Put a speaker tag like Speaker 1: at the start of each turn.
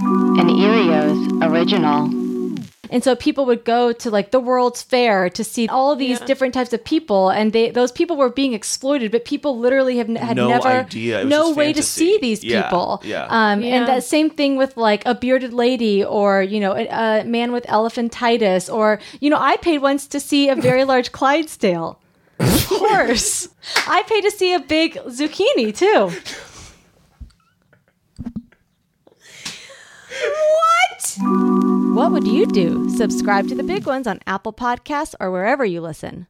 Speaker 1: an Erios original.
Speaker 2: And so people would go to like the World's Fair to see all these different types of people, and they those people were being exploited, but people literally have n- had
Speaker 3: No
Speaker 2: never
Speaker 3: idea. It was
Speaker 2: no
Speaker 3: just
Speaker 2: way to
Speaker 3: fantasy.
Speaker 2: see these
Speaker 3: Yeah,
Speaker 2: people.
Speaker 3: yeah.
Speaker 2: Um,
Speaker 4: Yeah.
Speaker 2: And that same thing with like a bearded lady, or you know, a, a man with elephantitis, or you know, I paid once to see a very large Clydesdale. Of course, I paid to see a big zucchini too. What would you do? Subscribe to the big ones on Apple Podcasts or wherever you listen.